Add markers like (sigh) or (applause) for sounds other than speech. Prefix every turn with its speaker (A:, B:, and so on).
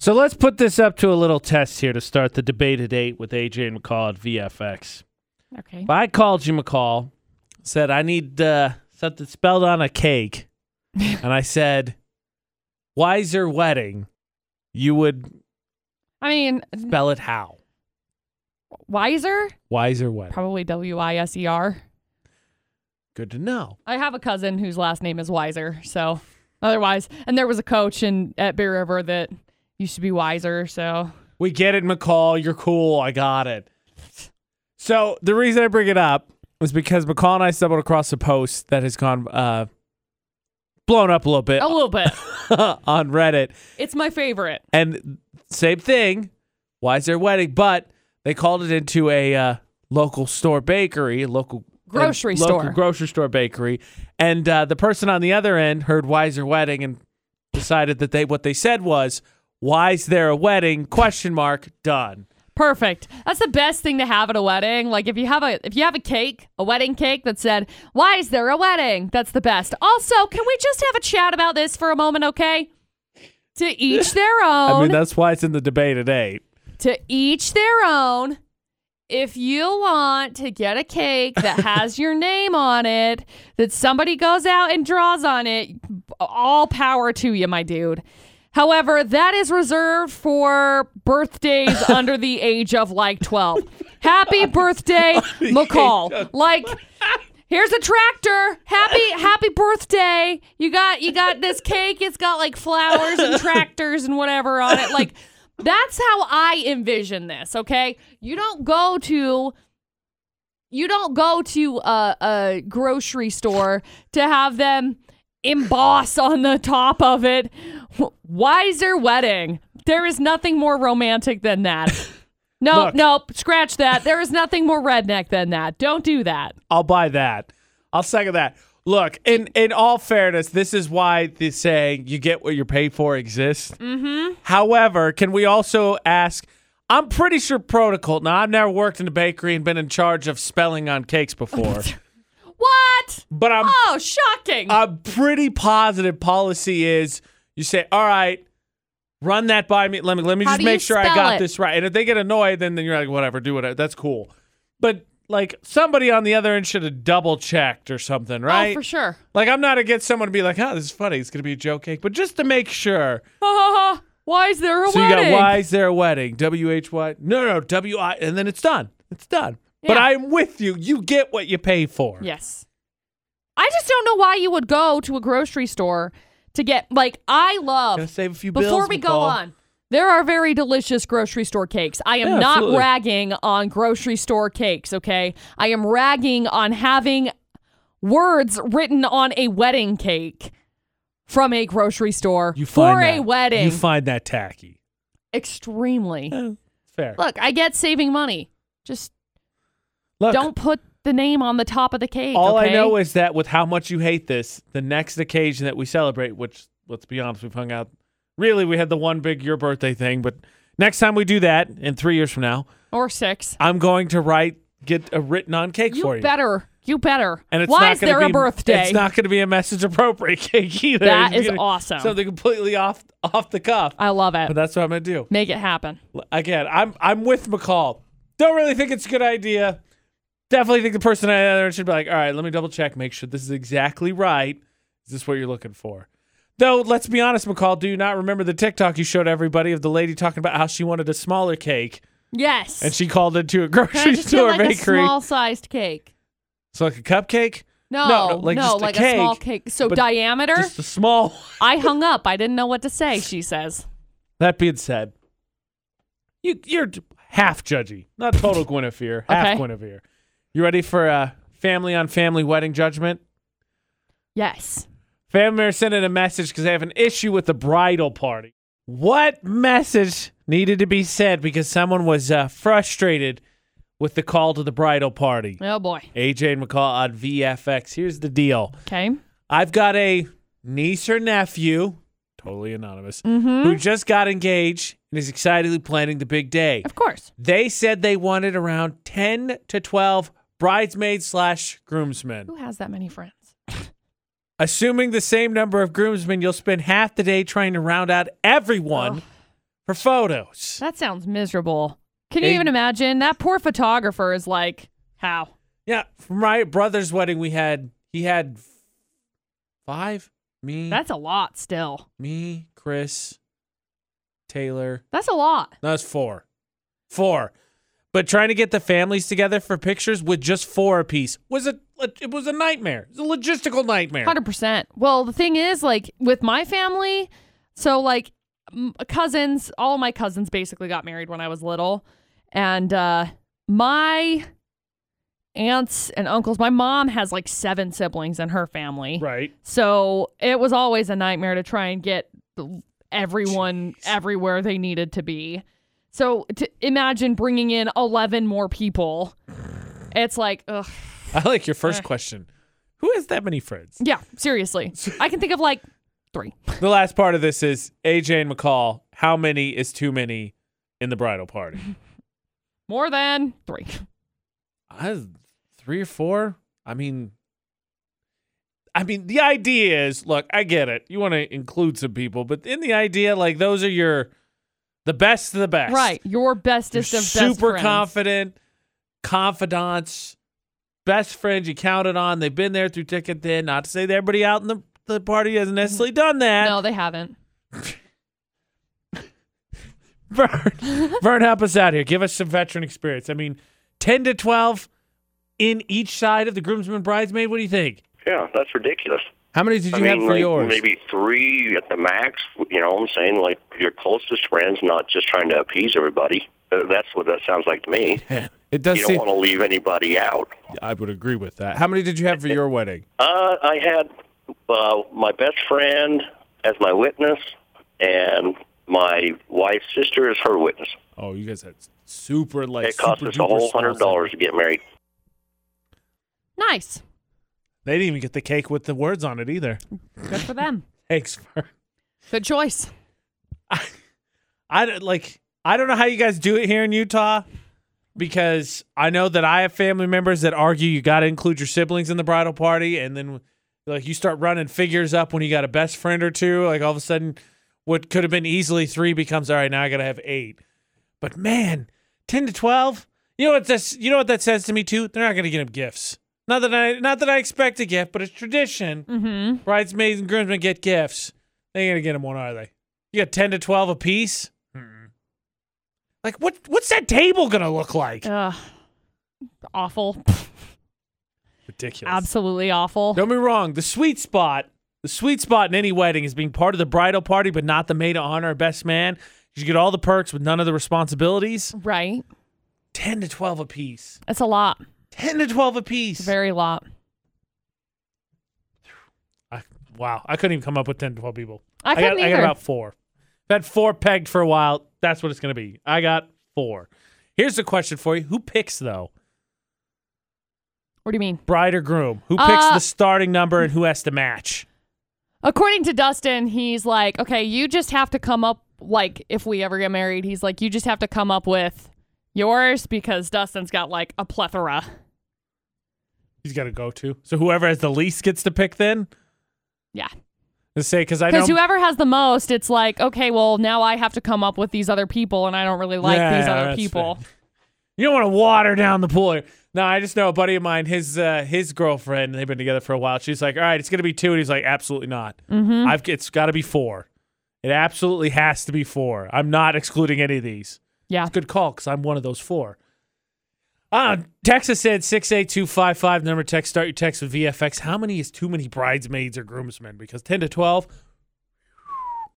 A: So let's put this up to a little test here to start the debate at eight with AJ and McCall at VFX.
B: Okay.
A: If I called you McCall, said I need uh, something spelled on a cake, and I said wiser wedding, you would
B: I mean,
A: spell it how?
B: wiser?
A: Wiser wedding.
B: Probably W I S E R.
A: Good to know.
B: I have a cousin whose last name is Wiser. So otherwise, and there was a coach in at Bay River that used to be Wiser. So
A: We get it, McCall. You're cool. I got it. So the reason I bring it up was because McCall and I stumbled across a post that has gone uh, blown up a little bit
B: a
A: (laughs)
B: little bit.
A: on Reddit,
B: it's my favorite.
A: and same thing. Why is there wedding? But they called it into a uh, local store bakery, local
B: Grocery
A: and local
B: store.
A: grocery store bakery, and uh, the person on the other end heard "Wiser Wedding" and decided that they what they said was "Why's there a wedding?" Question mark. Done.
B: Perfect. That's the best thing to have at a wedding. Like if you have a if you have a cake, a wedding cake that said, "Why is there a wedding?" That's the best. Also, can we just have a chat about this for a moment, okay? To each their own.
A: (laughs) I mean, that's why it's in the debate at eight.
B: to each their own. If you want to get a cake that has your name on it, that somebody goes out and draws on it, all power to you, my dude. However, that is reserved for birthdays under the age of like 12. Happy birthday, McCall. Like here's a tractor. Happy happy birthday. You got you got this cake. It's got like flowers and tractors and whatever on it. Like that's how I envision this, okay? You don't go to you don't go to a, a grocery store to have them emboss on the top of it wiser wedding. There is nothing more romantic than that. Nope,
A: Look.
B: nope. Scratch that. There is nothing more redneck than that. Don't do that.
A: I'll buy that. I'll second that. Look, in in all fairness, this is why the saying "you get what you pay for" exists. Mm-hmm. However, can we also ask? I'm pretty sure protocol. Now, I've never worked in a bakery and been in charge of spelling on cakes before,
B: What?
A: but I'm
B: Oh, shocking.
A: I'm pretty positive policy is you say, "All right, run that by me. Let me let me
B: How
A: just
B: do
A: make
B: you
A: sure I
B: spell
A: got
B: it?
A: this right." And if they get annoyed, then then you're like, "Whatever, do whatever. That's cool." But like somebody on the other end should have double checked or something, right?
B: Oh, for sure.
A: Like I'm not against someone to be like, "Oh, this is funny. It's gonna be a joke cake," but just to make sure.
B: Why is there a
A: so
B: wedding?
A: you got why is there a wedding? W H Y? No, no, W I, and then it's done. It's done. But
B: Yeah.
A: I'm with you. You get what you pay for.
B: Yes. I just don't know why you would go to a grocery store to get like I love
A: Gotta save a few bills.
B: Before we go
A: McCall.
B: on, there are very delicious grocery store cakes. I am
A: Yeah,
B: not
A: absolutely.
B: ragging on grocery store cakes, okay? I am ragging on having words written on a wedding cake from a grocery store
A: you find
B: for a
A: that-
B: wedding.
A: You find that tacky.
B: Extremely.
A: Fair.
B: Look, I get saving money. Just
A: Look,
B: don't put the name on the top of the cake.
A: all
B: okay?
A: I know is that with how much you hate this, the next occasion that we celebrate, which let's be honest, we've hung out. Really, we had the one big your birthday thing, but next time we do that in three years from now,
B: or six.
A: I'm going to write get a written on cake
B: You
A: for you.
B: better. You better.
A: And it's
B: Why
A: not
B: is
A: gonna
B: there
A: be-
B: a birthday?
A: It's not going to be a message appropriate (laughs) cake either.
B: That
A: It's
B: is
A: gonna-
B: awesome.
A: Something completely off off the cuff.
B: I love
A: But
B: it.
A: that's what I'm going to do.
B: Make it happen.
A: again, I'm I'm with McCall. Don't really think it's a good idea. Definitely think the person on the other end should be like, all right, let me double check, make sure this is exactly right. Is this what you're looking for? Though, let's be honest, McCall, do you not remember the TikTok you showed everybody of the lady talking about how she wanted a smaller cake
B: Yes.
A: and she called into a grocery
B: (laughs) Can I just get
A: store
B: like
A: bakery?
B: a small sized cake?
A: so like a cupcake?
B: No,
A: No,
B: no,
A: no, like
B: like,
A: just a
B: a, small
A: cake,
B: cake. So
A: but
B: diameter.
A: Just a small
B: I hung up. I didn't know what to say. She says,
A: That being said, you you're half judgy, not
B: (laughs)
A: total Guinevere, half
B: Okay.
A: Guinevere. You ready for a family on family wedding judgment?
B: "Yes,
A: Family are sending a message because they have an issue with the bridal party. What message needed to be said because someone was uh, frustrated with the call to the bridal party?
B: oh boy,
A: AJ and McCall on VFX. Here's the deal.
B: okay,
A: I've got a niece or nephew, totally anonymous, who just got engaged and is excitedly planning the big day.
B: of course,
A: They said they wanted around 10 to 12 bridesmaids slash groomsmen.
B: who has that many friends?
A: Assuming the same number of groomsmen, you'll spend half the day trying to round out everyone for photos.
B: That sounds miserable. Can you
A: Hey.
B: even imagine? That poor photographer is like, how?
A: Yeah, from my brother's wedding, we had he had f- five me,
B: That's a lot still.
A: me, Chris, Taylor.
B: That's a lot.
A: No, that's four, four. But trying to get the families together for pictures with just four apiece was a it was a nightmare. It was a logistical nightmare.
B: Hundred percent. Well, the thing is, like with my family, so like m- cousins, all my cousins basically got married when I was little, and uh, my aunts and uncles. My mom has like seven siblings in her family,
A: Right.
B: so it was always a nightmare to try and get the- everyone
A: Jeez.
B: everywhere they needed to be. So to imagine bringing in eleven more people, it's like ugh.
A: I like your
B: Eh.
A: first question. Who has that many friends?
B: Yeah, seriously. I can think of like three.
A: The last part of this is AJ and McCall. How many is too many in the bridal party?
B: More than three.
A: (laughs) I, three or four. I mean, I mean, the idea is look. I get it. You want to include some people, but in the idea, like those are your the best of the best.
B: Right. Your
A: You're
B: bestest of best
A: super
B: friends.
A: confident, confidants, best friends you counted on. They've been there through thick and thin. Not to say that everybody out in the, the party hasn't necessarily done that.
B: No, they haven't.
A: (laughs) Vern, Vern, help us out here. Give us some veteran experience. I mean, 10 to 12 in each side of the groomsman bridesmaid. What do you think?
C: Yeah, that's ridiculous.
A: How many did you
C: I mean,
A: have for
C: like,
A: yours?
C: maybe three at the max. You know what I'm saying? Like your closest friends, not just trying to appease everybody. Uh, That's what that sounds like to me.
A: (laughs) It does
C: You don't want to leave anybody out.
A: (laughs) I would agree with that. How many did you have for
C: (laughs)
A: your wedding?
C: Uh, I had uh, my best friend as my witness, and my wife's sister as her witness.
A: Oh, you guys had super like.
C: It cost us a whole hundred dollars to get married.
B: Nice.
A: They didn't even get the cake with the words on it either.
B: Good for them.
A: Thanks, Vern.
B: Good choice.
A: I don't- like. I don't know how you guys do it here in Utah, because I know that I have family members that argue you got to include your siblings in the bridal party, and then like you start running figures up when you got a best friend or two. Like all of a sudden, what could have been easily three becomes all right. Now I got to have eight. But man, ten to twelve. You know what this? You know what that says to me too. They're not going to get them gifts. Not that I, not that I expect a gift, but it's tradition.
B: Mm-hmm.
A: Bridesmaids and groomsmen get gifts. They ain't gonna get them one, are they? You got ten to twelve apiece. Like what? What's that table gonna look like?
B: Uh, awful.
A: Ridiculous.
B: Absolutely awful.
A: Don't be wrong. The sweet spot, the sweet spot in any wedding is being part of the bridal party, but not the maid of honor or best man. You get all the perks with none of the responsibilities.
B: Right.
A: Ten to twelve apiece.
B: It's a lot.
A: Ten to twelve apiece.
B: Very lot.
A: I, wow, I couldn't even come up with ten to twelve people.
B: I
A: got,
B: couldn't
A: I got
B: either.
A: about four. That four pegged for a while. That's what it's going to be. I got four. Here's the question for you: Who picks though,
B: What do you mean?
A: bride or groom? Who picks
B: Uh,
A: the starting number and who has to match?
B: According to Dustin, he's like, okay, you just have to come up, like, if we ever get married, he's like, you just have to come up with yours because Dustin's got, like, a plethora.
A: He's got to go to. So whoever has the least gets to pick. Then
B: Yeah.
A: let's say because I know
B: Because whoever has the most, it's like, okay, well, now I have to come up with these other people, and I don't really like
A: Yeah,
B: these
A: yeah,
B: other
A: that's
B: people.
A: fair. You don't want to water down the pool. here. No, I just know a buddy of mine, his uh, his girlfriend, they've been together for a while. She's like, "All right, it's gonna be two. and he's like, "Absolutely not. I've it's got to be four. It absolutely has to be four. I'm not excluding any of these.
B: Yeah.
A: It's a good call because I'm one of those four. Uh, Texas said six eight two five five number text. Start your text with VFX. How many is too many bridesmaids or groomsmen? Because ten to twelve,